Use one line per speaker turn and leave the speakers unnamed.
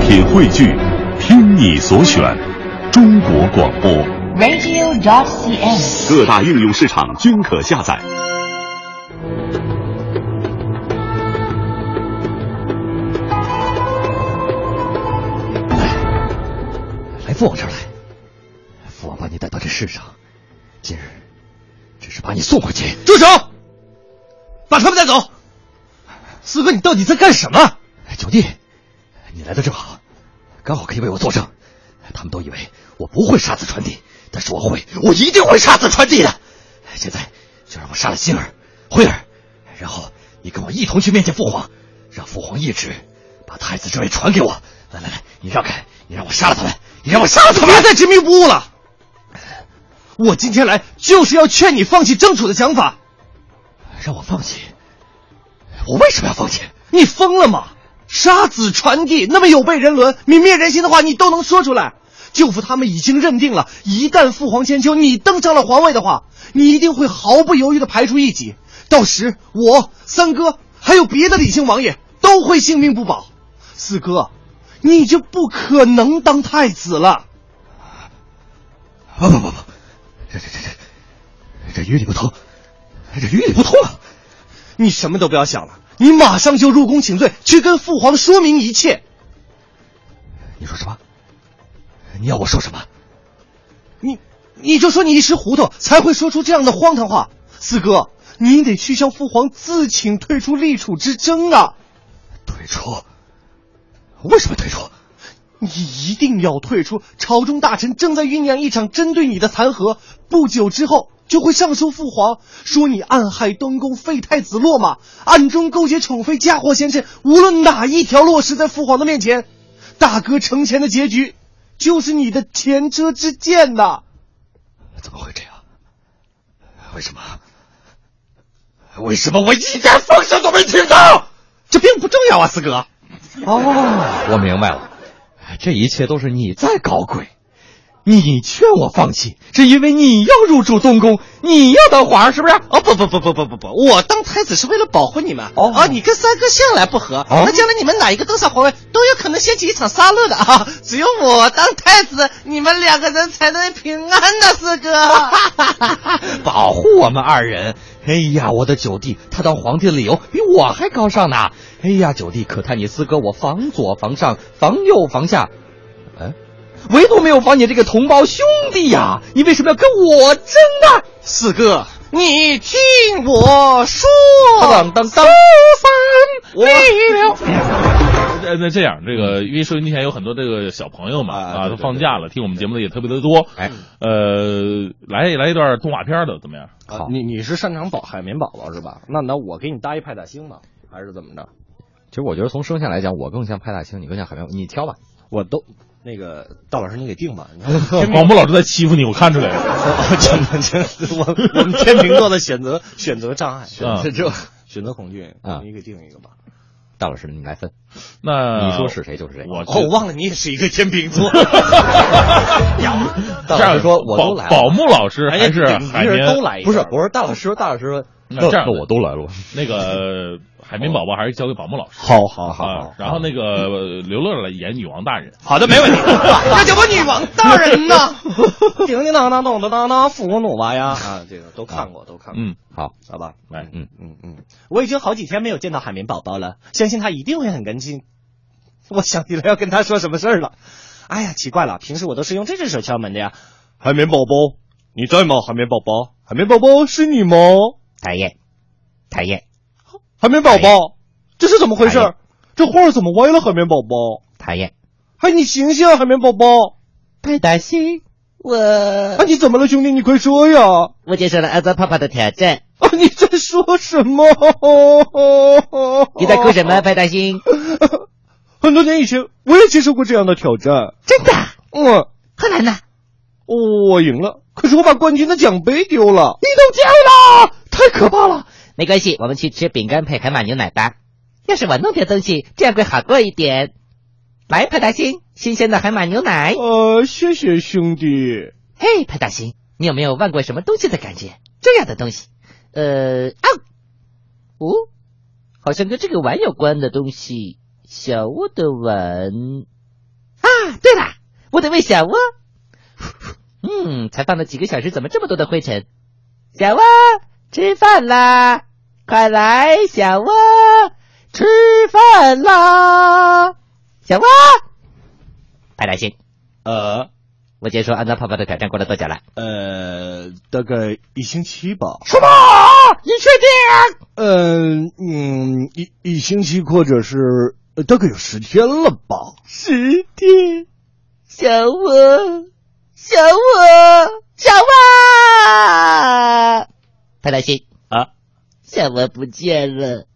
品汇聚，听你所选，中国广播。
radio.cn。
各大应用市场均可下载。
来父王这儿来，父王把你带到这世上，今日只是把你送回去。
住手！把他们带走！四哥，你到底在干什么？
哎九弟，你来的正好，刚好可以为我作证。他们都以为我不会杀子传弟，但是我会，我一定会杀子传弟的。现在就让我杀了心儿、慧儿，然后你跟我一同去面见父皇，让父皇一旨，把太子之位传给我。来来来，你让开，你让我杀了他们，你让我杀了他们！
别再执迷不悟了！我今天来就是要劝你放弃争储的想法。
让我放弃，我为什么要放弃？
你疯了吗？杀子传弟，那么有悖人伦、泯灭人心的话，你都能说出来。舅父他们已经认定了，一旦父皇千秋你登上了皇位的话，你一定会毫不犹豫的排除异己。到时我三哥还有别的李姓王爷都会性命不保。四哥，你就不可能当太子了。
不不不不，这这这这这于理不通，这于理不通啊！
你什么都不要想了，你马上就入宫请罪，去跟父皇说明一切。
你说什么？你要我说什么？
你，你就说你一时糊涂才会说出这样的荒唐话。四哥，你得去向父皇自请退出立储之争啊！
退出？为什么退出？
你一定要退出！朝中大臣正在酝酿一场针对你的弹劾，不久之后就会上书父皇，说你暗害东宫，废太子落马，暗中勾结宠妃，嫁祸先生。无论哪一条落实在父皇的面前，大哥承前的结局，就是你的前车之鉴呐！
怎么会这样？为什么？为什么我一点风声都没听到？
这并不重要啊，四哥。
哦，我明白了，哎这一切都是你在搞鬼。你劝我放弃，是因为你要入住东宫，你要当皇上，是不是？
哦不不不不不不不，我当太子是为了保护你们。
哦
啊，你跟三哥向来不和，
哦
那将来你们哪一个登上皇位，都有可能掀起一场杀戮的啊！只有我当太子，你们两个人才能平安呢，四哥。
保护我们二人。哎呀，我的九弟，他当皇帝的理由比我还高尚呢。哎呀，九弟，可叹你四哥，我防左防上，防右防下，哎，唯独没有防你这个同胞兄弟呀、你为什么要跟我争呢？
四哥，你听我说，
当当当，
我
呃，那这样，这个因为收音机前有很多这个小朋友嘛，
嗯啊
啊，
对
都
对
放假了，听我们节目的也特别的多。
哎，
呃，来来一段动画片的怎么样？
好
啊你你是擅长宝海绵宝宝是吧？那那 我给你搭一派大星吧，还是怎么着？
其实我觉得从生下来讲，我更像派大星，你更像海绵，你挑吧。
我都那个大老师你给定吧，你看
广播老师在欺负你，我看出来了。
哦真的真的，我我们天秤座的选择选择障碍，选
啊
择这选择恐惧
啊
你给定一个吧。
大老师，你来分，
那
你说是谁就是谁。
呃我
哦，我忘了你也是一个天 秤座，
大老师说，我都
宝
来
宝
了。
木老师还是
哎你
海
一人
绵
都来一个
不是，我说大老师说，大老师说，
那这样吧
都来了。
那个海绵宝宝还是交给宝木老师
好好好
啊。然后那个呃刘乐来演女王大人，
好的，没 问题。
那叫我女王大人呐！
叮叮当当咚咚当当，父公努娃呀啊，这个都看过，都看过，
嗯，
好，
好吧。
来，
嗯，嗯，我已经好几天没有见到海绵宝宝了，相信他一定会很感激。 我想起来要跟他说什么事儿了。哎呀，奇怪了，平时我都是用这只手敲门的呀。海绵宝宝，你在吗？海绵宝宝，海绵宝宝是你吗？
讨厌，讨厌，
海绵宝宝，这是怎么回
哎呀
事？这画怎么歪了？海绵宝宝，
讨厌，
哎，你醒醒，海绵宝宝，
派大星，我
哎，你怎么了，兄弟？你快说呀！
我接受了阿泽泡泡的挑战。
啊，你在说什 么？
你在哭什么，派大星？
很多年以前，我也接受过这样的挑战。
真的？
嗯。
后来呢？
我赢了，可是我把冠军的奖杯丢了。
你都掉了，太可怕了。没关系，我们去吃饼干配海马牛奶吧。要是我弄点东西，这样会好过一点。来，派大星，新鲜的海马牛奶。
呃，谢谢兄弟。
嘿，派大星，你有没有望过什么东西的感觉？这样的东西，呃，啊，哦，好像跟这个碗有关的东西，小沃的碗，啊对了，我得喂小窝。嗯，才放了几个小时，怎么这么多的灰尘？小窝，吃饭啦！快来，小窝，吃饭啦！小窝，派大星，
呃
我接受安娜泡泡的挑战过了多久了？
呃，大概一星期吧。
什么？你确定？啊
呃嗯，一一星期或者是呃大概有十天了吧。
十天，小窝，小窝，小窝，派大星
啊，
小窝不见了，